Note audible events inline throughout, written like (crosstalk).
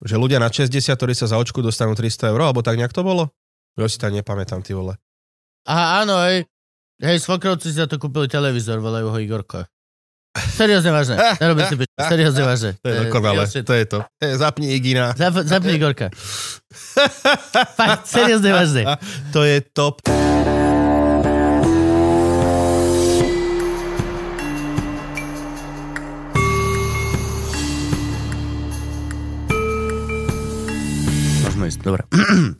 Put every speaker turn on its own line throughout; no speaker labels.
Že ľudia na 60, ktorí sa za očku dostanú 300 eur, alebo tak nejak to bolo? Ja si to nepamätám, ty vole.
Aha, áno, hej. Hej, svokrovci si za to kúpili televízor, volajú ho Igorko. Seriózne vážne, nerobím si pič. Seriózne vážne.
To je dokonale,
Real shit.
to je to. E, zapni Igina.
Zap- Zapni Igorka. Fakt, seriózne vážne.
To je top. (clears throat)
Môžeme ísť, dobre. (clears throat)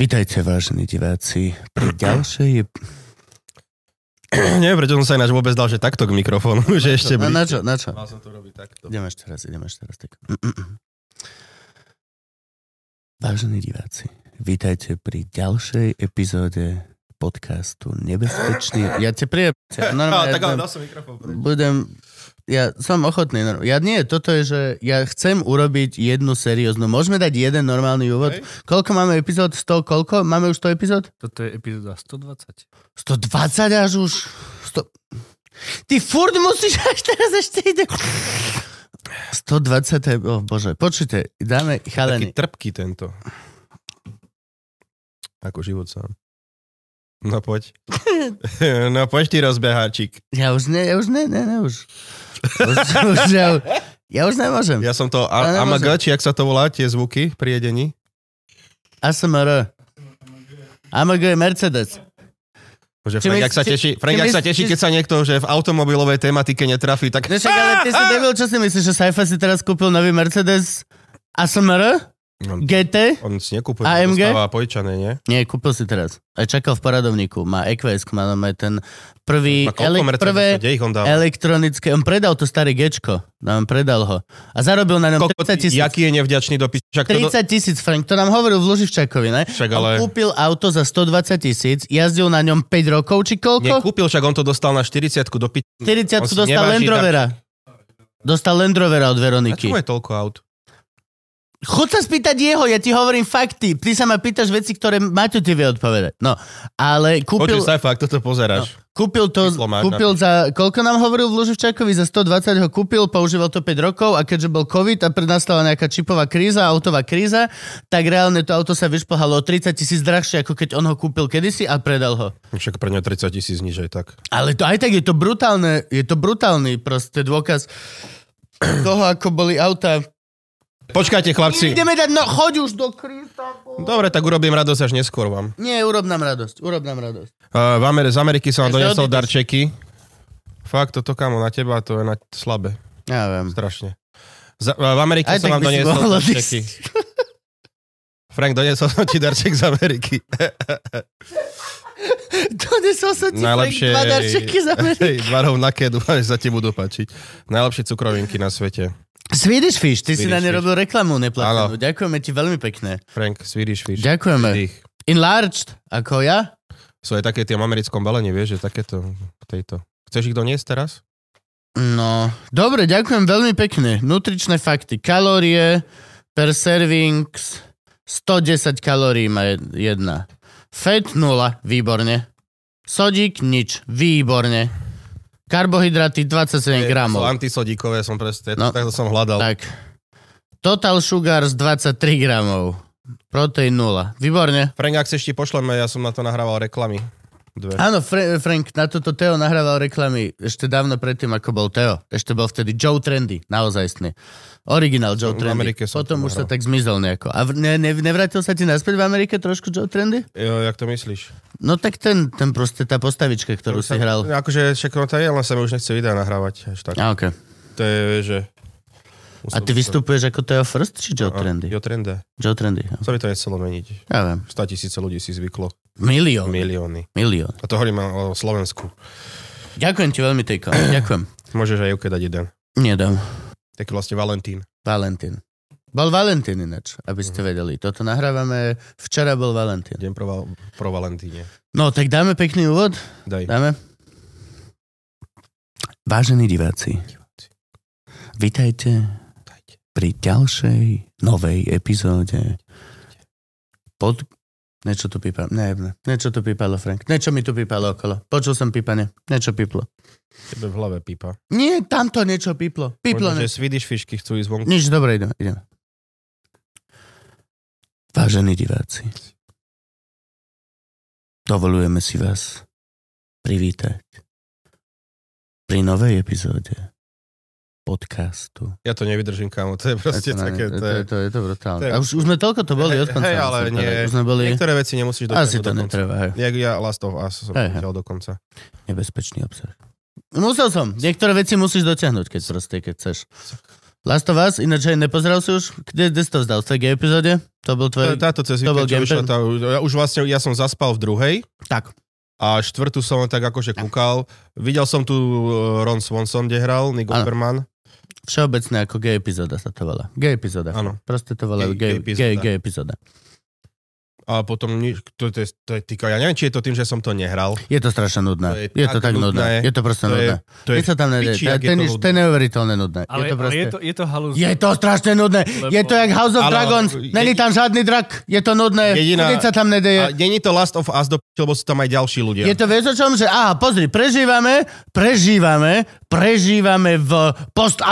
Vítajte, vážení diváci, pri ďalšej...
Neviem, prečo som sa ináč vôbec dal, že takto k mikrofónu, (laughs) že ešte
Na,
bližšie.
na čo, na čo?
Mal som to robiť takto.
Ideme ešte raz, ideme ešte raz. Tak. (clears throat) Vážení diváci, vítajte pri ďalšej epizóde podcastu
(clears throat)
Nebezpečný... Ja te prijem.
No,
Normálne,
tak ale
ja
dal som mikrofón. preč.
budem... Ja som ochotný. no- Ja nie, toto je, že ja chcem urobiť jednu serióznu. Môžeme dať jeden normálny úvod.
Hej.
Koľko máme epizód? 100? Koľko? Máme už 100 epizód?
Toto je epizóda 120.
120 až už... 100... Ty furt musíš až teraz ešte ide. 120, je- oh bože, počujte, dáme
Taký
chalani.
trpký tento. Ako život sám. No
(laughs)
poď. no poď ty rozbeháčik.
Ja už ne, ja už ne, ne, ne, už. už, už ja, ja už nemôžem.
Ja som to
Ale
a-
nemôžem.
AMG, či jak sa to volá, tie zvuky pri jedení.
ASMR. AMG je Mercedes.
Že
Či
Frank,
mys-
jak sa
či-
teší, Frank,
či
jak
mys-
sa teší,
či-
keď sa niekto, že v automobilovej tematike netrafí, tak...
No však, ale ty
(laughs) Ah,
si debil, čo si myslíš, že Saifa si teraz kúpil nový Mercedes ASMR?
On,
GT?
on si nekúpil,
AMG?
dostáva pojčané, nie?
Nie, kúpil si teraz. A čakal v poradovníku. Má EQS, má má ten prvý,
A koľko
ele-
Mercedes,
prvé
kde ich on dáva?
elektronické. On predal to staré Gčko. No, on predal ho. A zarobil na ňom
Koľko,
30 tisíc.
jaký je nevďačný dopis? Však to do...
30 tisíc, Frank, to nám hovoril v Luživčakovi, ne?
Však
On
ale-
kúpil auto za 120 tisíc, jazdil na ňom 5 rokov, či koľko?
Nekúpil, však on to dostal na 40 do piči.
40
on si
dostal
neváži
Land
tak-
Rovera. Dostal Land Rovera od
Na
Veroniky.
čom je toľko aut?
Chod sa spýtať jeho, ja ti hovorím fakty. Ty sa ma pýtaš veci, ktoré Maťo ti vie odpovedať. No, ale
Počuj
kúpil,
sa, fakt, toto pozeráš.
kúpil to,
číslo máš
kúpil za, koľko nám hovoril v Luživčakovi, za 120 ho kúpil, používal to 5 rokov a keďže bol COVID a pred- nastala nejaká čipová kríza, autová kríza, tak reálne to auto sa vyšplhalo o 30 tisíc drahšie, ako keď on ho kúpil kedysi a predal ho.
Však pre ňa 30 tisíc niž aj tak.
Ale to aj tak je to brutálne, je to brutálny proste dôkaz toho, ako boli auta.
Počkajte, chlapci.
Ideme dať, no choď už do kríta. bo-
Dobre, tak urobím radosť až neskôr vám.
Nie, urob nám radosť, urob nám radosť.
Uh, v Amer- z Ameriky som vám
Takže
donesol
odídeš.
darčeky. Fakt, toto kamo na teba, to je na slabé.
Ja viem.
Strašne. Za, v Amerike
Aj
som
tak
vám
by si
doniesol
mohol odísť.
darčeky.
(laughs)
Frank, doniesol som ti darček z
(laughs)
Ameriky.
Donesol som ti
Najlepšie...
Najlepšie... dva darčeky za mene.
(laughs) Hej, Dva rovnaké, dúfam, že sa ti budú páčiť. Najlepšie cukrovinky na svete.
Swedish Fish, ty si
Swedish
na ne
Fish.
robil reklamu neplatenú. Ďakujeme ti veľmi pekne.
Frank, Swedish Fish.
Ďakujeme.
Vždy ich.
Enlarged, ako ja?
Sú aj také tie v americkom balení, vieš, že takéto, tejto. Chceš ich doniesť teraz?
No, dobre, ďakujem veľmi pekne. Nutričné fakty. Kalórie per servings 110 kalórií má jed- jedna. Fat 0, výborne. Sodík nič, výborne. Karbohydraty 27
Je,
gramov.
Sú antisodíkové, som presne,
No.
no. takto som hľadal. Tak.
Tak. Total sugar z 23 gramov. Protein 0. Výborne.
Frank, ak chceš, ti pošleme, ja som na to nahrával reklamy. Dve.
Áno, Fre- Frank, na toto Teo nahrával reklamy ešte dávno predtým, ako bol Teo. Ešte bol vtedy Joe Trendy, naozajstný. Originál Joe
V
Trendy.
Amerike som
Potom
to
už sa
nahral.
tak zmizol nejako. A v- ne, ne, nevrátil sa ti naspäť v Amerike trošku Joe Trendy?
Jo, jak to myslíš?
No tak ten, ten proste tá postavička, ktorú si
Sa-
hral.
Akože všetko to je, len sa mi už nechce videa nahrávať. Až tak.
A, okay.
To je, vieš, že...
A ty vystupuješ ako Teo First či Joe Trendy?
No, Jo, trendy.
Joe Trendy, ja.
Sa by to nechcelo meniť.
ja viem.
100 tisíce ľudí si zvyklo.
Milión.
Milióny.
Milión.
A to hovorím o Slovensku.
Ďakujem ti veľmi, Tejko. Ďakujem.
Môžeš aj UK dať jeden.
Nedám.
Taký vlastne Valentín.
Valentín. Bol Valentín ináč, aby ste vedeli. Toto nahrávame, včera bol Valentín.
Deň pro, Val- pro Valentíne.
No, tak dáme pekný úvod?
Daj.
Dáme? Vážení diváci, vitajte
Dajte.
pri ďalšej novej epizóde pod... Niečo tu pípalo. Ne, ne. Niečo tu pípalo, Frank. Niečo mi tu pípalo okolo. Počul som pípanie. Niečo píplo.
Tebe v hlave pípa.
Nie, tamto niečo píplo. Píplo.
Možno,
Ne.
že Swedish fishky chcú ísť vonku.
Nič, dobre, ideme. ideme. Vážení diváci, dovolujeme si vás privítať pri novej epizóde podcastu.
Ja to nevydržím, kámo, to je proste
Je to,
také...
ne-
To
to,
je...
je, to, je to brutálne.
to je-
A už, už sme toľko to boli
Hej,
od konca.
hej, ale
musím povedať.
nie.
Už sme boli...
Niektoré veci nemusíš dokonca.
Asi to netreba. Hej.
Jak ja Last of Us som
Hej, hej.
videl dokonca.
Nebezpečný obsah. Musel som. Niektoré veci musíš dotiahnuť, keď proste, keď chceš. Last of Us, ináč aj nepozeral si už? Kde, kde si to vzdal? V tej epizóde? To bol tvoj...
Táto cez
to bol
víkend, čo
gameplay.
vyšla, tá, ja už vlastne, ja som zaspal v druhej
Tak.
a štvrtú som len tak akože kúkal. Videl som tu eh, Ron Swanson, kde hral, Nick
Áno.
Offerman.
Všeobecne ako gay epizóda sa to volá. Gay epizóda.
Áno.
Proste to volajú
Gay-
gay,
No. gay
gay,
epizóda.
gay, gay epizóda.
A potom, ni- to, to, je, to je týka, ja neviem, či je to tým, že som to nehral.
Je to strašne nudné.
To je
Je, to
tak
tak
nudné.
nudné. Je to proste
To je,
nudné.
to je
Nič sa tam nedie.
piči,
To je-
jak je
to je
to
nič-
nudné.
to je neuveriteľné nudné.
Ale
je to proste...
je to, je to halus.
Je to strašne nudné.
Lebo-
Je to jak House of
Ale-
Dragons.
je-
Není tam žiadny drak. Je to nudné.
Jediná-
Nič sa tam
A
nedeje.
není to Last of Us, do p- lebo sú tam aj ďalší ľudia.
Je to vieš o čom, že aha, pozri, prežívame, prežívame, prežívame v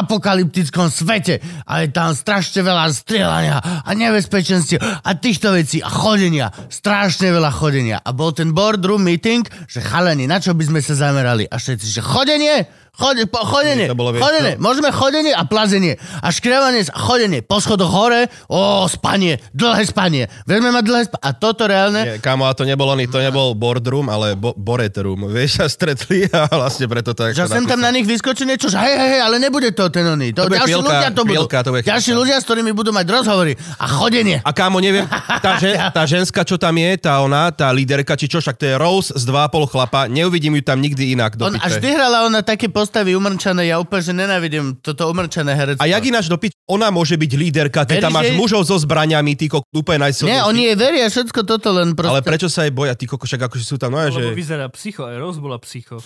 postapokalyptickom svete a je tam strašne veľa strieľania a nebezpečenstiev a týchto vecí a chodenia, strašne veľa chodenia. A bol ten boardroom meeting, že chalani, na čo by sme sa zamerali? A všetci, že chodenie, chode, po, chodenie,
To bolo, no. vieš,
chodenie, môžeme chodenie a plazenie a škrevanie a chodenie, po schodoch hore, ó, spanie, dlhé spanie, vieme mať dlhé spanie. A toto reálne,
Nie, kámo, a to nebol ani, to nebol boardroom, ale bo, boret room. (laughs) Vieš, sa stretli a vlastne preto tak...
Že sem tam na nich vyskočí niečo, že hej, hej, hej, ale nebude to ten oný.
To
To,
bude
ďalší
chvíľka,
ľudia to budú.
chvíľka, to bude
ďalší
chvíľka.
ľudia, s ktorými budú mať rozhovory a chodenie.
A kámo, neviem, tá,
(laughs)
žen, tá ženská, čo tam je, tá ona, tá líderka, či čo, však to je Rose z 2,5 chlapa, neuvidím ju tam nikdy inak do
On, a
piče.
vždy hrala ona také postavy umrčané, ja úplne, že nenávidím toto umrčané herectvo.
A jak ináč do piče, ona môže byť líderka, keď
Veríš
tam máš
jej?
mužov so zbraniami, ty kok, úplne najsilnejší.
Nie, oni jej veria všetko toto, len proste...
Ale prečo sa jej boja, ty koko, však akože sú tam, no ja, že...
Lebo vyzerá psycho, aj Rose bola psycho.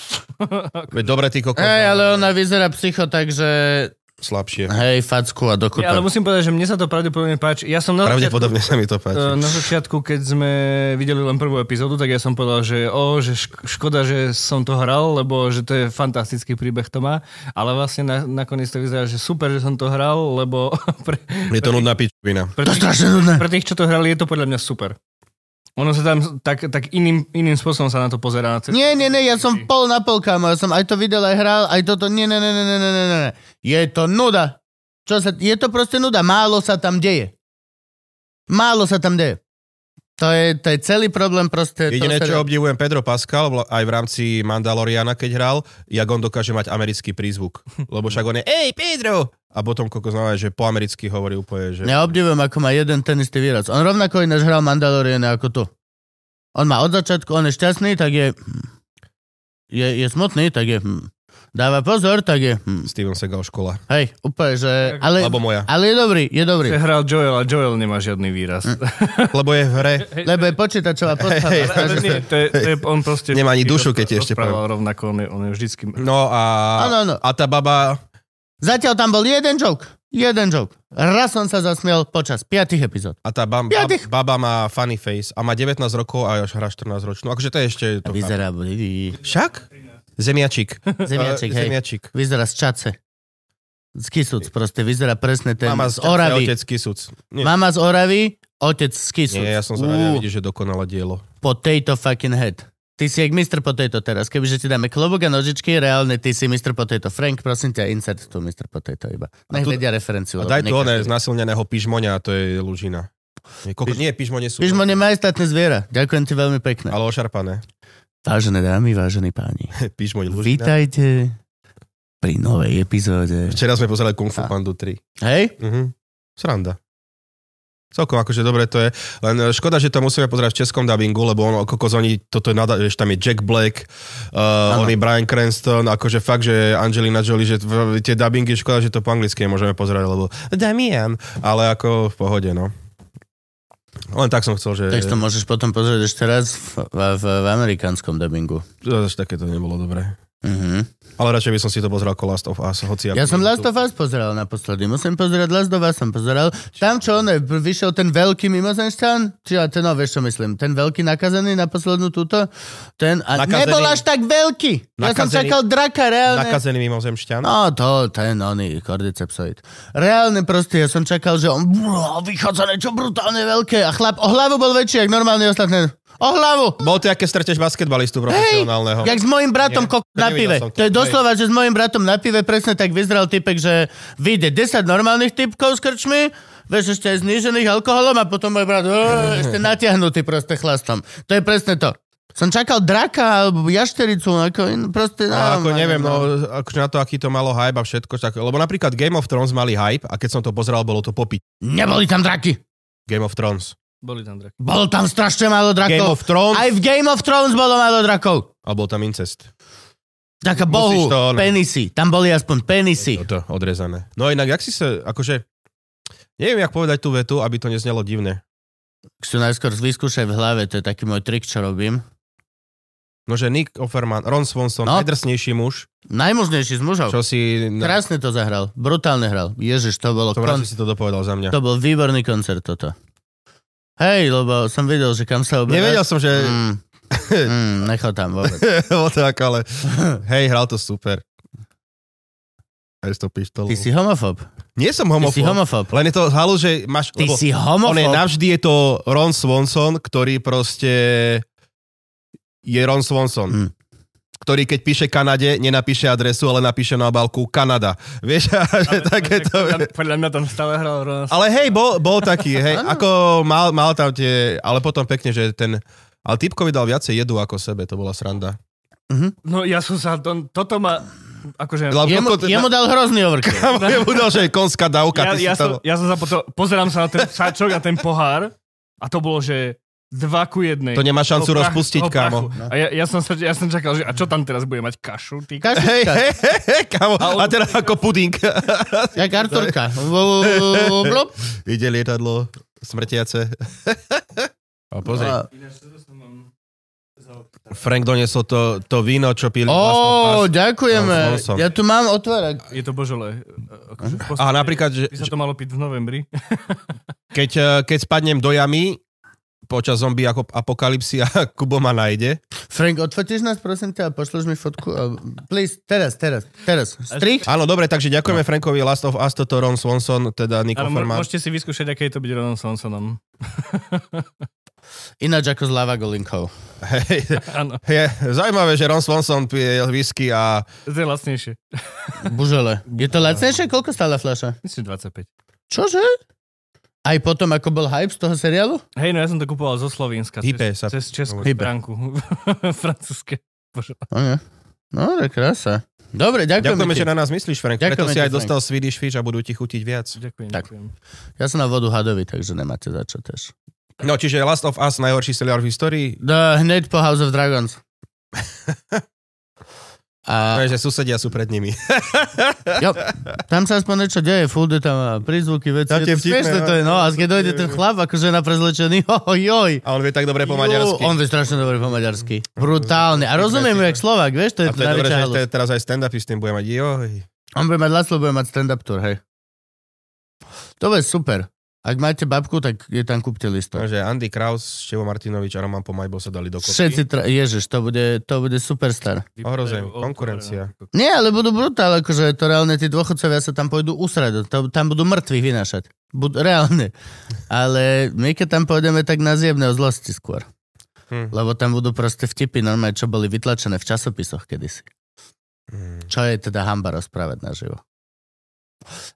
Veď dobre, ty koko,
Hej, No, ale ona vyzerá psycho, takže...
slabšie.
Hej, facku a dokúta.
Ja, ale musím povedať, že mne sa to pravdepodobne páči. Ja som na začiatku,
Pravdepodobne sa mi to
eh,
páči.
na začiatku, keď sme videli len prvú epizódu, tak ja som povedal, že, o, že šk- škoda, že som to hral, lebo že to je fantastický príbeh to má. Ale vlastne na, nakoniec to vyzerá, že super, že som to hral, lebo (laughs) pre,
Je to nudná pičovina.
pre
To je
tých,
strašne nudné.
pre tých, čo to hrali, je to podľa mňa super. Ono sa tam tak, tak iným, iným spôsobom sa na to pozerá. Na
Nie, nie, nie, ja som pol na pol, kámo. Ja som aj to videl, aj hral, aj toto. Nie, nie, nie, nie, nie, nie, nie, nie. Je to nuda. Čo sa, je to proste nuda. Málo sa tam deje. Málo sa tam deje. To je, to je celý problém proste.
Jediné,
to
čo obdivujem Pedro Pascal, vla- aj v rámci Mandaloriana, keď hral, jak on dokáže mať americký
(laughs)
prízvuk. Lebo však on je, ej, Pedro! A potom koko znamená, že po americky hovorí úplne, že...
Ja obdivujem, ako má jeden ten istý výraz. On rovnako ináč hral Mandaloriana ako tu. On má od začiatku, on je šťastný, tak je... Je, je smutný, tak je... Dáva pozor, tak je... hm,
Steven Segal škola.
Hej, úplne, že... Ale,
Lebo moja.
ale je dobrý, je dobrý.
Že hral Joel a Joel nemá žiadny výraz.
Mm.
Lebo je v hre.
Lebo je
(laughs)
počítačová postava.
Hej,
Ale
snaží
nie,
sa-
to je, to je, on proste...
Nemá ani dušu, keď ti
rozprával
ešte
rovnako, on je, on je vždycky...
No a...
Áno, áno.
A tá baba...
Zatiaľ tam bol jeden joke. Jeden joke. Raz som sa zasmiel počas piatých epizód.
A tá bam, bab,
Piatych.
baba má funny face a má 19 rokov a až hrá 14 ročnú. Akože to je ešte... To
Vyzerá blivý.
(laughs) Však?
(laughs)
Zemiačik.
Zemiaček,
Eh,
hej.
Zemiačik.
Vyzerá z čace. Z Kisúc proste. Vyzerá presne ten
Mama
z
z
Oravy.
Otec Kisuc. Nie,
Mama z Oravy, otec z Kisúc.
nie, ja som z
Ú,
Oravy, vidíš, že dokonalé dielo.
Potato fucking head. Ty si jak Mr. Potato teraz. Kebyže ti dáme klobúk a nožičky, reálne ty si Mr. Potato. Frank, prosím ťa, insert tu Mr. Potato iba. Nech
tu-
vedia referenciu.
A
lebo
daj tu
nekaždý
oné
vie.
znásilneného pižmoňa, to je lužina. Nie, koko,
Piž-
nie pižmone sú...
Pižmon je majestátne zviera. Ďakujem ti veľmi pekne.
Ale ošarpané. (laughs)
Vážené dámy, vážení páni.
Pižmoň lužina.
Vítajte pri novej epizóde.
Včera sme pozerali Kung Fu
A.
Pandu 3.
Hej?
Mhm. Sranda. Celkom akože dobre to je. Len e, škoda, že to musíme pozerať v českom dubbingu, lebo ono, kokos, oni, toto je, nada, vieš, tam je Jack Black, uh,
Áno.
on je Brian Cranston, akože fakt, že Angelina Jolie, že v, tie dubbingy, škoda, že to po anglicky nemôžeme pozerať, lebo Damien, ale ako v pohode, no. Len tak som chcel, že...
Tak si to môžeš potom pozrieť ešte raz v, v, v amerikánskom dubbingu.
To zase také to nebolo dobré.
Mhm.
Ale radšej by som si to pozrel ako Last of Us, hoci
Ja som Last of Us pozeral naposledy, musím pozerať Last of Us som pozeral. Tam čo on, vyšiel ten veľký mimozenšťan, či ja ten, no vieš čo myslím, ten veľký nakazený na poslednú túto, ten, a
Nakazený.
nebol až tak veľký. Ja som
Nakazený.
čakal draka reálne.
Nakazený mimozemšťan.
No to, ten oný kordycepsoid. Reálne proste, ja som čakal, že on brú, vychádza niečo brutálne veľké a chlap o hlavu bol väčší, jak normálne ostatné. O hlavu!
Bol to, aké stretneš basketbalistu
Hej,
profesionálneho.
jak s mojim bratom
Nie,
kok
to
na
nevidel
pive.
som
To,
to.
je doslova, že s mojim bratom na pive presne tak vyzrel typek, že vyjde 10 normálnych typkov s krčmi, vieš, ešte aj znížených alkoholom a potom môj brat "Eee," ešte natiahnutý proste chlastom. To je presne to. Som čakal draka alebo jaštericu, ako in- proste...
A ako
no,
neviem, no, akože na to, aký to malo hype a všetko, tak, lebo napríklad Game of Thrones mali hype a keď som to pozeral, bolo to popiť.
Neboli tam draky.
Game of Thrones.
Boli tam (laughs) draky.
Bolo tam strašne málo
Game
drakov.
of Thrones,
Aj v Game of Thrones bolo málo drakov.
a bol tam incest. Musíš
Taká bohu,
to, no.
penisy. Tam boli aspoň penisy.
Toto, odrezané. No a inak, jak si sa, akože, neviem, jak povedať tú vetu, aby to neznelo divne.
Si to najskôr vyskúšaj v hlave, to je taký môj trik, čo robím.
No, že Nick Offerman, Ron Swanson,
No.
no.
Oh.
najdrsnejší muž,
Najmužnejší z mužov.
čo si... Na,
Krásne to zahral. Brutálne hral. Ježiš, to
to
bolo
kon...
kon...
si to dopovedal za mňa.
To bol výborný koncert toto. Hej, lebo som videl, že kam sa oberá.
Nevedel som, že... (laughs)
Mm. Mm, nechal tam vôbec.
Bolo to ako,
(laughs)
ale... Hej, hral to super. Aj s tou pištolou.
Ty si homofób.
Nie som
Ty
homofób.
si homofób.
Len je to halu, že máš...
Ty
lebo
si
No
on je
homofób.
navždy je to Ron Swanson, ktorý proste je Ron Swanson.
Hm.
ktorý keď píše Kanade, nenapíše adresu, ale napíše na obálku Kanada. Vieš, (laughs) a že takéto...
Podľa, podľa mňa tam stále hral Ron
Ale hej, bol, bol taký, hej, ako mal, mal tam tie, ale potom pekne, že ten, ale typkovi dal viacej jedu ako sebe, to bola
(laughs)
sranda.
No ja som sa, to, toto ma, akože...
Lebo
Jemu,
koľko-
jemu dal hrozný overkill.
(laughs) Tam mu dal, že je konská dávka.
ja,
ty si
ja,
tam-
som, ja som sa potom, pozerám sa na ten sáčok a ten pohár a to bolo, že dva ku jednej.
To nemá šancu
Toho prachu-
rozpustiť,
toho prachu.
kámo.
A ja, ja, som sa, ja som čakal, že a čo tam teraz bude mať kašu? Ty?
Kaš-
Hej, hej, hej, hej, kámo, a teraz ako puding.
Jak
(laughs)
Arturka. Vo- vo- blop.
Ide lietadlo, smrtiace. A pozri,
A-
Frank doniesol to, to víno, čo pili.
Ó,
vlastnou pas-
ďakujeme.
vlastnou vlastne. som.
Ja tu mám otvárak.
Je to božole. Akože v
A
podstate
napríklad, že,
By sa to malo piť v novembri.
Keď, e, keď spadnem do jamy počas zombie ako apokalipsy a (laughs) Kubo ma nájde.
Frank, odfotíš nás, prosím ťa, a pošleš mi fotku. A- Please, teraz, teraz, teraz. Strich.
Áno, dobre, takže ďakujeme
No.
Frankovi Last of Us, toto Ron Swanson, teda Nick
Ale mo-
Offerman.
môžete si vyskúšať, aké je to byť Ronom Sonsonom.
Ináč ako s Lava Golinkou.
Hej,
Áno,
je zaujímavé, že Ron Swanson pije whisky a
to je lacnejšie.
Bužele. Je to lacnejšie? Koľko stála fľaša?
Myslím, že 25.
Čože? Aj potom, ako bol hype z toho seriálu?
Hej, no ja som to kupoval zo Slovenska.
Hype sa-
Cez Českú
Hype.
stránku. (laughs) Francúzske. Bože.
O nie. No, to je krása. Dobre, ďakujem.
ďakujeme, že na nás myslíš, Frank.
Ďakujeme
Preto si
ti,
aj
Frank.
dostal Swedish Fish a budú ti chutiť viac.
Ďakujem,
Tak.
ďakujem.
Ja som na vodu hadovi, takže nemáte za čo tiež.
No, čiže Last of Us, najhorší seriál v histórii.
Da, hneď po House of
(laughs)
Dragons. A,
No, že susedia sú pred nimi.
jo, tam sa aspoň niečo deje, furt je tam a prízvuky, veci.
Tam
Je
tie
to
vtipné,
smiešné to je, no. A keď dojde ten chlap, akože na prezlečený, (laughs) ojoj.
A on vie tak dobre po
Jo,
maďarsky.
On vie strašne dobre po maďarsky. Brutálne. A rozumiem mu, jak Slovák, vieš, to je
A to je dobré,
najväčšia
že
halus.
te- teraz aj stand-upy s tým bude mať. Joj.
On bude mať Laslo, bude mať stand-up tour, hej. To bude super. Ak máte babku, tak je tam kúpte listok.
Takže No, Andy Kraus, Števo Martinovič a Roman Pomajbo sa dali dokopy.
Všetci, tra... ježiš, to bude, to bude superstar.
Ohrozenie, konkurencia.
Nie, ale budú brutál, akože to reálne tí dôchodcovia sa tam pôjdu usrať, to, tam budú mŕtvych vynášať. Bud, reálne. Ale my keď tam pôjdeme, tak na zjemné o zlosti skôr.
Hm.
Lebo tam budú proste vtipy normálne, čo boli vytlačené v časopisoch kedysi.
Mm.
Čo je teda hamba rozprávať naživo.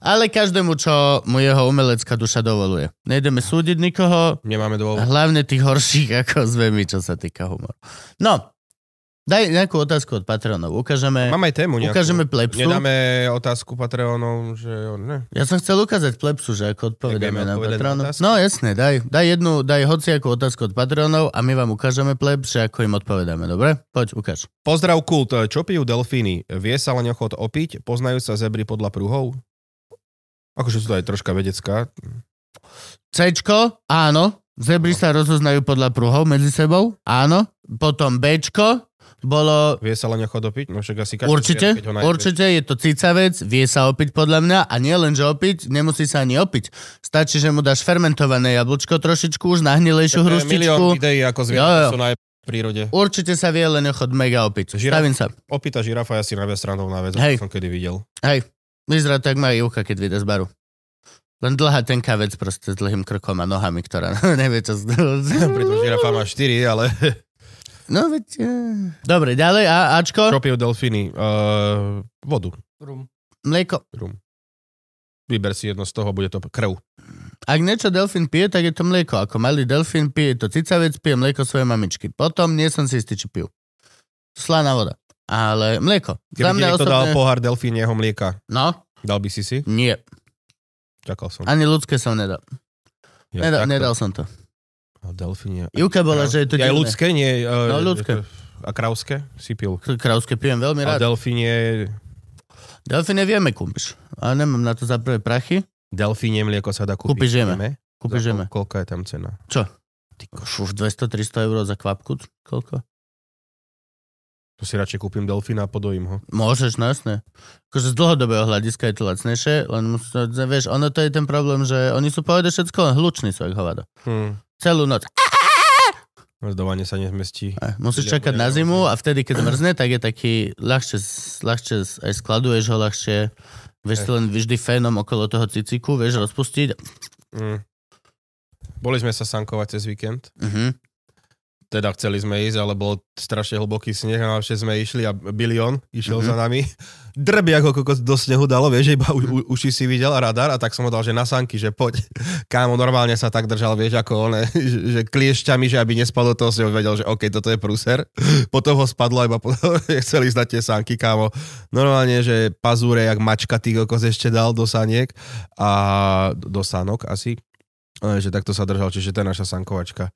Ale každému, čo mu jeho umelecká duša dovoluje. Nejdeme súdiť nikoho,
Nemáme dôvod.
hlavne tých horších, ako sme my, čo sa týka humoru. No, daj nejakú otázku od Patronov. Ukážeme,
Mám aj tému nejakú.
ukážeme plepsu.
Nedáme otázku Patreonov, že ne.
Ja som chcel ukázať plepsu, že ako odpovedáme
vieme
na
odpovedať na
Patronov.
otázky?
No jasne, daj, daj jednu, daj hociakú otázku od Patronov a my vám ukážeme plebs, že ako im odpovedáme, dobre? Poď, ukáž.
Pozdrav kult, čo pijú delfíny? Vie sa len ochot opiť? Poznajú sa zebry podľa pruhov? Akože sú to aj troška vedecká.
Cčko,
No.
áno. Zebry sa rozoznajú podľa pruhov medzi sebou, áno. Potom Bčko, bolo...
Vie sa len chodopiť? No však asi každý
Určite,
vie, keď ho nájdeš.
určite je to cica vec, vie sa opiť podľa mňa a nie len, že opiť, nemusí sa ani opiť. Stačí, že mu dáš fermentované jablčko trošičku, už
Tak to
nahnilejšiu
je
hrustičku.
Milión ideí, ako
Jo, jo.
zvieratá sú na v prírode.
Určite sa vie len chod mega opiť.
Žirafa.
Stavím sa.
Opýta žirafa je asi najviac strandovná vec,
Hej.
ako som kedy videl. (laughs)
Hej, vyzerá to, jak moja Júka, keď vyjde z baru. Len dlhá tenká vec proste s dlhým krkom a nohami, ktorá (laughs) nevie,
(laughs)
čo... z-
Pritom žirafa má 4, ale (laughs)
No, veď... e. Dobre, ďalej, a, Ačko,
čo pijú delfíny? Uh, vodu.
Rum.
mlieko.
Rum. Vyber si jedno z toho, bude to krv.
Ak niečo delfín pije, tak je to mlieko. Ako malý delfín pije to cicavec, pije mlieko svojej mamičky. Potom nie som si istý, či pijú. Slaná voda. Ale mlieko.
Keby
Za
ti
mňa
niekto
osobne...
dal pohár delfínieho mlieka,
No,
dal by si si?
nie.
Čakal som.
Ani ľudské som nedal.
Ja,
Nedal,
takto.
nedal som to.
A Delfínie.
Júka bola, že je to
Aj
divné.
ľudské, nie? Uh,
No, ľudské.
A krauské si pil.
Krauské pijem veľmi
A
rád.
delfínie,
Delfíne vieme kúpiš. A nemám na to za prvé prachy.
delfínie mlieko sa dá kúpiť.
Kúpiš jeme.
Vieme? Za
Kúpiš
ko-
jeme.
Koľko je tam cena?
Už 200-300 eur za kvapku? Koľko?
To si radšej kúpim delfína a podojím ho.
Môžeš, no jasné. Akože z dlhodobého hľadiska je to lacnejšie, len musíš, vieš, ono to je ten problém, že oni sú povedať všetko, len hluční sú, jak hovado.
Hm.
Celú noc.
Rozdovanie sa nezmestí.
Eh, Musíš
Ľudia
čakať na
povedia,
zimu
že-
a vtedy, keď zmrzne, tak je taký ľahšie, s- ľahšie s- aj skladuješ ho ľahšie. Vieš si len vždy fénom okolo toho ciciku, vieš rozpustiť.
Hm. Boli sme sa sankovať cez víkend.
Mhm.
teda chceli sme ísť, ale bol strašne hlboký sneh a všetci sme išli a bilión išiel
Mhm.
mm-hmm. za nami. Drbi ako kokos do snehu dalo, vieš, že iba u, u, uši si videl a radar a tak som ho dal, že na sanky, že poď. Kámo, normálne sa tak držal, vieš, ako on, (laughs) že, že kliešťami, že aby nespadlo toho, si vedel, že OK, toto je prúser. Potom ho spadlo a iba, potom (laughs) chceli ísť na tie sanky, kámo. Normálne, že pazúre, jak mačka ty kokos ešte dal do saniek a do sanok asi. E, Že takto sa držal, čiže to je naša sankovačka.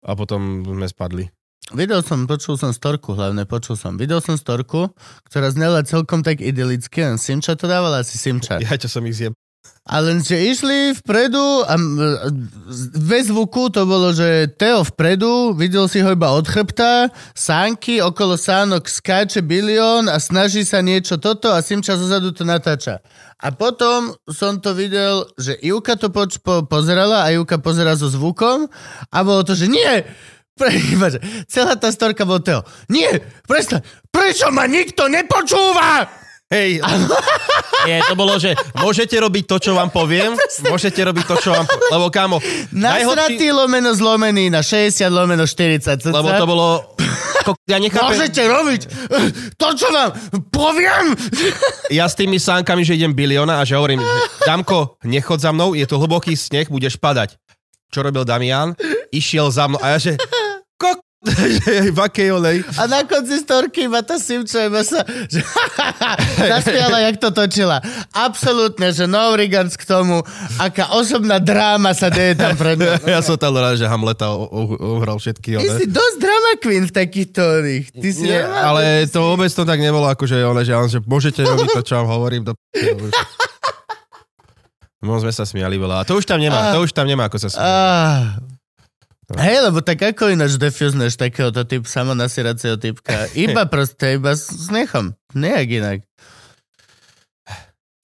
A potom sme spadli.
Videl som, počul som storku, hlavne počul som. Videl som storku, ktorá znela celkom tak idylicky, len Simča to dávala asi Simča.
Ja čo som ich zjeb...
A len, že išli vpredu a m- z- ve zvuku to bolo, že Teo vpredu, videl si ho iba od chrbta, sánky, okolo sánok skáče bilión a snaží sa niečo toto a Simča zozadu to natáča. A potom som to videl, že Ivka to poč- po- pozerala a Ivka pozera so zvukom a bolo to, že nie, pre, iba, že celá tá storka bol Teo. Nie, prestaň, prečo ma nikto nepočúva?
(laughs) Hej! Nie, to bolo, že môžete robiť to, čo vám poviem, môžete robiť to, čo vám poviem. Lebo kámo, najhorší...
Nasratý lomeno zlomený na 60 lomeno 40.
Lebo to bolo... Ko- Ja nechápem,
Môžete robiť eh, to, čo vám poviem.
ja s tými sánkami, že idem biliona a že hovorím, že Damko, nechod za mnou, je to hlboký sneh, budeš padať. Čo robil Damian? Išiel za mnou a ja že... Ko... (laughs) že v akej olej?
A na konci storky iba tá Simča iba sa že, (laughs) zaspiala, jak to točila. Absolútne, že no regards k tomu, aká osobná dráma sa deje tam pred nami.
(laughs) Ja som tam rád, že Hamleta o- o- ohral všetky
Ty
ole.
si dosť drama queen v takýchto oných. Ty si
Nie,
normálne-
ale to vôbec to tak nebolo, akože ona, že, že môžete robiť to, čo vám hovorím. Do... p- už. No sme sa smiali veľa. A to už tam nemá, to už tam nemá, ako sa smiali.
Ah. Hej, lebo tak ako ináč defuzneš takéhoto typ, samonasiracieho typka?
(laughs)
Iba proste, iba s s nechom. Nejak inak.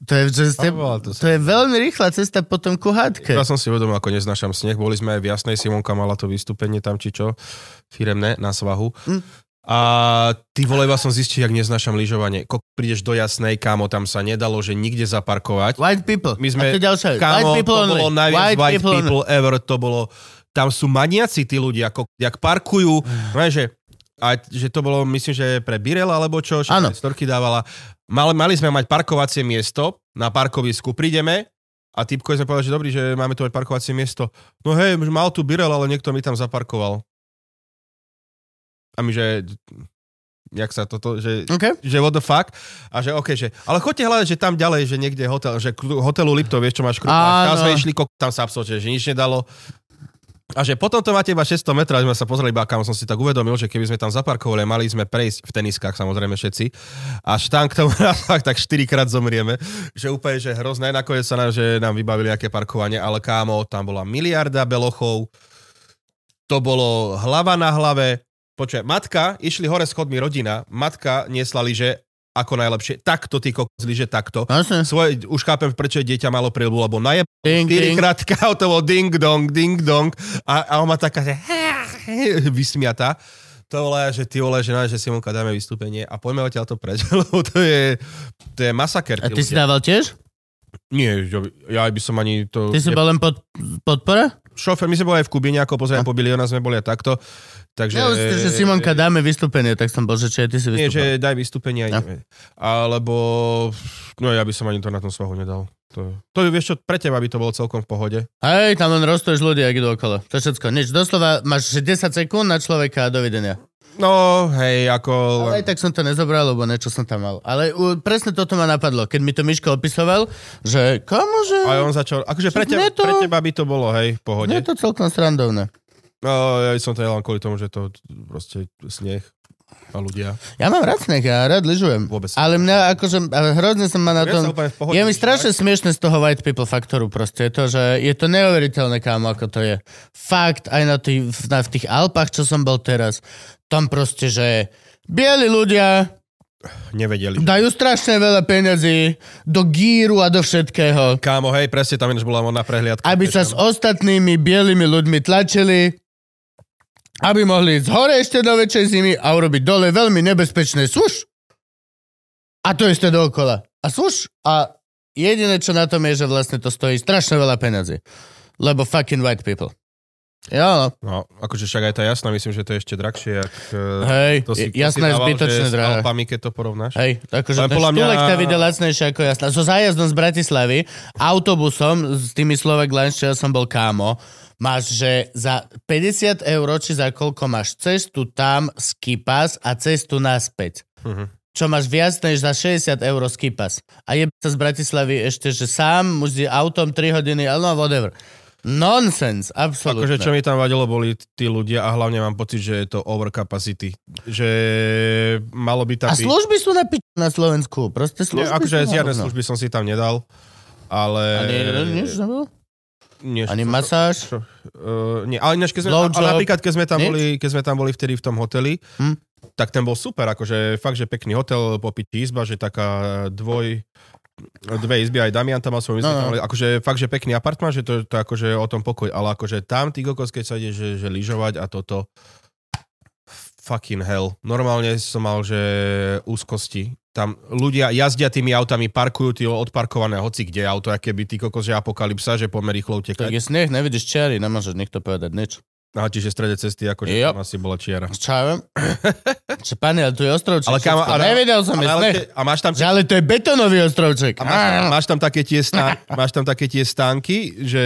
To je, že ste,
Áno, to
to je veľmi rýchla cesta potom ku hádke.
Ja som si uvedomil, ako neznášam sneh. Boli sme aj v Jasnej, Simonka mala to vystúpenie tam, či čo, firemné, na svahu.
Mm.
A ty vole, iba som zistil, jak neznášam lyžovanie. Ko, prídeš do Jasnej, kámo, tam sa nedalo, že nikde zaparkovať.
White people.
My sme,
A to je ďalšia. vec.
kámo,
white people
to
only.
bolo najviac white, people,
only.
ever, to bolo, tam sú maniaci tí ľudia, ako, jak parkujú, mm. že, a, že to bolo, myslím, že pre Birel alebo čo, že
Áno.
storky dávala. Mali, mali sme mať parkovacie miesto na parkovisku, prídeme a typko sme povedali, že dobrý, že máme tu mať parkovacie miesto. No hej, už mal tu Birel, ale niekto mi tam zaparkoval. A my, že jak sa toto, že
Okay.
že what the fuck, a že OK, že, ale choďte hľadať, že tam ďalej, že niekde je hotel, že kru- hotelu Lipto, vieš, čo máš kruh, a tam
Áno.
sme išli, ko- tam sa absolútne, že nič nedalo. A že potom to máte iba 600 metrov, a sme sa pozreli, iba kam som si tak uvedomil, že keby sme tam zaparkovali, a mali sme prejsť v teniskách, samozrejme všetci, až tam k tomu (laughs) tak 4 krát zomrieme, že úplne, že hrozné, nakoniec sa nám, že nám vybavili aké parkovanie, ale kámo, tam bola miliarda belochov, to bolo hlava na hlave, Počkaj, matka, išli hore schodmi rodina, matka niesla lyže ako najlepšie. Takto ty kokos lyže, takto.
Jasne.
Svoje, už chápem, prečo jej dieťa malo prilbu, lebo najeb...
Ding, ding.
Štyrikrát kau, to bol ding dong, ding dong. A, a on má taká, že vysmiatá. To vole, že ty vole, že, na, že Simonka dáme vystúpenie a poďme odtiaľ to preč, (laughs) lebo to je, to je masaker.
A
tí
ty si
ľudia.
dával tiež?
Nie, že by- ja by som ani to...
Ty si
ne-
bol len pod, podpora?
Šofér, my sme boli aj v Kubi, nejako pozrieme po bilióna, sme boli aj takto. Takže,
Ja už ste, že Simonka dáme vystúpenie, tak som bol, že či aj ty si
Nie,
vystúpil.
že daj vystúpenie aj
No.
neviem. Alebo, no ja by som ani to na tom svahu nedal. To, to je, vieš čo, pre teba by to bolo celkom v pohode.
Hej, tam len rostuješ ľudí, ak idú okolo. To je všetko. Nič, doslova máš že 10 sekúnd na človeka a dovidenia.
No, hej, ako...
Ale aj tak som to nezobral, lebo niečo som tam mal. Ale u, presne toto ma napadlo, keď mi to Miško opisoval, že komu, že...
Aj on začal, akože pre teba,
Mne to-
pre teba by to bolo, hej, v pohode.
Je to celkom srandovné.
No, ja by som to nedal kvôli tomu, že to proste sneh a ľudia.
Ja mám rád sneh, ja rád lyžujem.
Vôbec.
Ale mňa akože, a hrozne som ma na
Ja sa
tom...
úplne v pohode
je mi
lyžovať.
strašne smiešne z toho white people faktoru proste. Je to, že je to neuveriteľné, kámo, ako to je. Fakt, aj na tých, na, v tých Alpách, čo som bol teraz, tam proste, že bieli ľudia
Nevedeli.
dajú strašne veľa peňazí do gíru a do všetkého,
Kámo, hej, presne tam ináč bola ona prehliadka.
aby sa s ostatnými bielými ľuďmi tlačili, aby mohli ísť hore ešte do väčšej zimy a urobiť dole veľmi nebezpečné suš. A to isté dookola. A suš. A jediné, čo na tom je, že vlastne to stojí strašne veľa peňazí. Lebo fucking white people. Jo, no.
No, akože však aj tá jasná, myslím, že to je ešte drahšie, ak... eh,
Hej, jasná je zbytočne drahé.
drahé. Alpami, keď to porovnáš.
Hej, akože
Ale
ten
podľa mňa-
štulek tá vyjde lacnejšie ako jasná. So zájazdom z Bratislavy, autobusom, s tými Slovak Lines, čo ja som bol kámo, máš, že za 50 eur, či za koľko máš cestu tam, skipas a cestu naspäť.
Mhm.
Čo máš viac než za 60 eur skipas. A je sa z Bratislavy ešte, že sám, musí autom 3 hodiny, ale no whatever. Nonsense, absolútne.
Akože čo mi tam vadilo, boli tí ľudia a hlavne mám pocit, že je to overcapacity. Že malo by tam
a
byť...
služby sú na pič na Slovensku. Proste
Nie,
služby
akože
sú na
žiadne
hovno.
služby som si tam nedal, ale...
Ani, nič nebolo?
niečo,
ani
čo-
masáž?
čo- eh, nie, ale ináč, keď sme,
Blowjob?
ale napríklad, keď sme, tam
Nič?
boli, keď sme tam boli vtedy v tom hoteli,
Hm.
tak ten bol super, akože fakt, že pekný hotel, popití izba, že taká dvoj, dve izby, aj Damian tam mal svoj, my sme
No, no.
tam mali, akože fakt, že pekný apartman, že to, to akože o tom pokoj, ale akože tam ty kokos, keď sa ide, že, že lyžovať a toto, fucking hell. Normálne som mal, že úzkosti. Tam ľudia jazdia tými autami, parkujú tie odparkované hoci kde auto, aké by ty kokos, že apokalypsa, že pomer rýchlo
Tak
utekať.
je sneh, nevidíš čiary, nemôžeš nikto povedať nič.
Aha, čiže strede cesty, akože
Yep.
tam asi bola čiara.
Čo ja
(laughs)
viem? Čo pani, ale tu je ostrovček.
Ale kámo,
všetko.
ale-
Nevedel som, je
Ale, ale,
sneh.
a máš tam
Že ale to je betonový ostrovček.
A máš, máš, tam také tie
(laughs)
stán, máš tam také tie stánky, že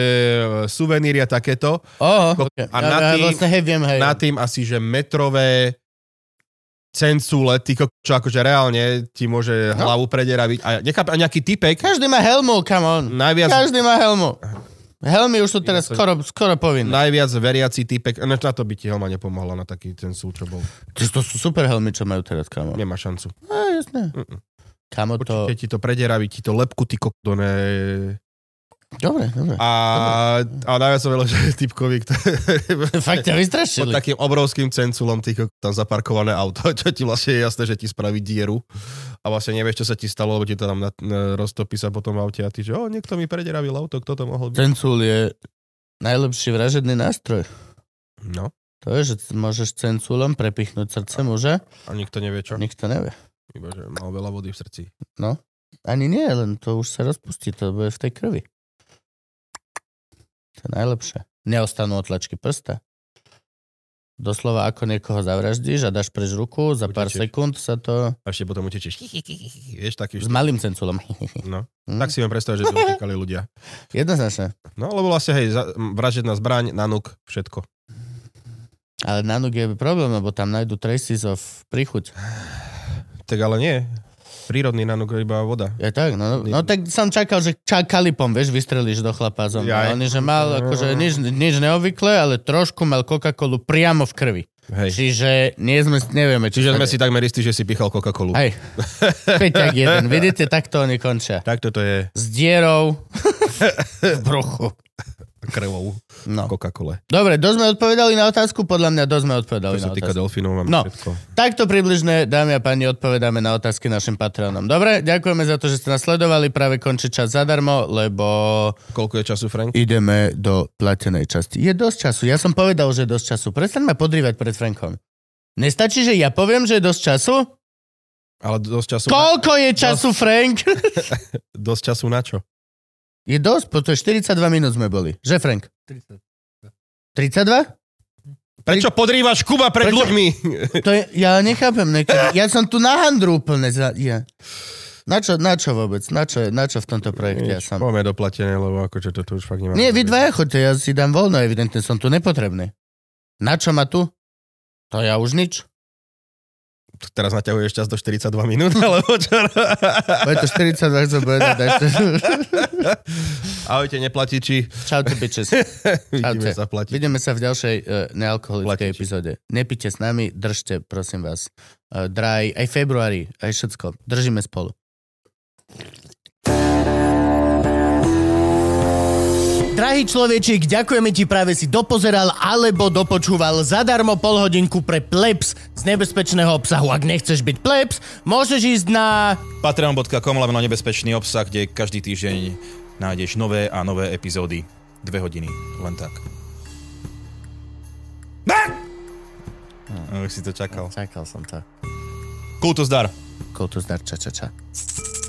e, suveníry a takéto.
Oho,
ko-
okay.
a na
ja,
tým-
ja vlastne hej, viem, hej.
Na tým asi, že metrové cencule, ty, ko- čo akože reálne ti môže
No.
hlavu prederaviť. A nechá, a nejaký typek,
Každý má helmu, come on.
najviac,
Každý má helmu. Helmy už sú teraz
Ja sa-
skoro, skoro povinné.
najviac veriaci typek, no, na to by ti helma nepomohla, na taký ten súl, čo bol.
Čiže to sú super helmy, čo majú teraz, kamo.
Nemá šancu.
No, jasné.
Mm-mm.
Kamo to...
Určite ti to prederaví, ti to lepku, ty kokdone.
Dobre, dobre.
A, a najviac som vedel, že typkovi, ktorý,
(laughs) Fakt
pod
ťa vystrašili.
takým obrovským cenculom ty, kokos, tam zaparkované auto, (laughs) čo ti vlastne je jasné, že ti spraví dieru a vlastne nevieš, čo sa ti stalo, lebo ti to tam na, na, roztopí sa po tom aute a ty, že o, niekto mi prederavil auto, kto to mohol byť?
Cencúl je najlepší vražedný nástroj.
No,
To je, že môžeš cenculom prepichnúť srdce muža,
a nikto nevie čo,
nikto nevie.
iba že mal veľa vody v srdci.
Ani nie, len to už sa rozpustí, to bude v tej krvi. To je najlepšie. Neostanú otlačky prsta. Doslova ako niekoho zavraždíš a dáš preč ruku, za pár
Utečieš.
sekúnd sa to
A ešte potom utečeš, vieš, taký vždy.
s malým cenculom. (laughs)
No,
Hm?
tak si viem predstaviť, že to utekali ľudia.
Jednoznačne.
No, lebo vlastne, hej, za- m, vražedná zbraň, nanuk, všetko.
Ale na nuke je problém, lebo tam nájdú traces of príchuť.
Tak ale nie, prírodný nanuk, iba voda.
Je tak, no, no tak som čakal, že ča, kalipom, vieš, vystrelíš do chlapa zom.
Jaj.
Ja, on že mal akože nič, nič neobvyklé, ale trošku mal Coca-Colu priamo v krvi.
Hej.
Čiže nie sme, nevieme, čo
Čiže sme
sa deje.
si takmer istí, že si pichal Coca-Colu. (laughs)
Hej, 5 tak 1. Vidíte, takto oni končia.
Tak toto je
S dierou v bruchu.
krvou. no. Coca-Cole.
Dobre, dosť sme odpovedali na otázku, podľa mňa dosť sme odpovedali
Čo
na
sa týka
otázku.
delfínov, máme
No.
všetko.
Takto približne, dámy a páni, odpovedáme na otázky našim patronom. Dobre, ďakujeme za to, že ste nás sledovali. Práve končí čas zadarmo, lebo
Koľko je času, Frank?
ideme do platenej časti. Je dosť času. Ja som povedal, že je dosť času. Prestaň ma podrývať pred Frankom. Nestačí, že ja poviem, že je dosť času?
Ale dosť času, na,
Koľko je času, Frank? (laughs)
dosť času na čo?
Je dosť, pretože 42 minút sme boli. Že, Frank? 32?
Prečo podrývaš Kuba pred
Prečo?
ľuďmi?
To je, ja nechápem niekedy. Ja som tu na handru úplne. Za, ja. na, čo, na čo vôbec? Na čo, na čo v tomto projekte ja
Nič,
som?
Máme doplatené, lebo akože toto už fakt nemám.
Nie, vy dvaja choďte, ja si dám voľno, evidentne som tu nepotrebný. Na čo ma tu? To ja už nič.
Teraz naťahuješ čas do 42 minút, (laughs) alebo čo?
Bude to 42, chcem povedať. daj to.
Ahojte, neplatiči.
Čaute, bitches.
Vidíme
Čaute.
sa platiť.
Vidíme sa v ďalšej uh,
Platíte.
nealkoholickej epizóde. Nepite s nami, držte, prosím vás. Uh, dry, aj februári, aj všetko. Držíme spolu. Drahý človečik, ďakujeme ti, práve si dopozeral alebo dopočúval zadarmo pol hodinku pre plebs z nebezpečného obsahu. Ak nechceš byť plebs, môžeš ísť na...
Patreon.com lomeno nebezpečný obsah, kde každý týždeň nájdeš nové a nové epizódy. Dve hodiny, len tak.
Už si to čakal.
Čakal som to.
Kultus dar.
Kultus dar, ča, ča, ča.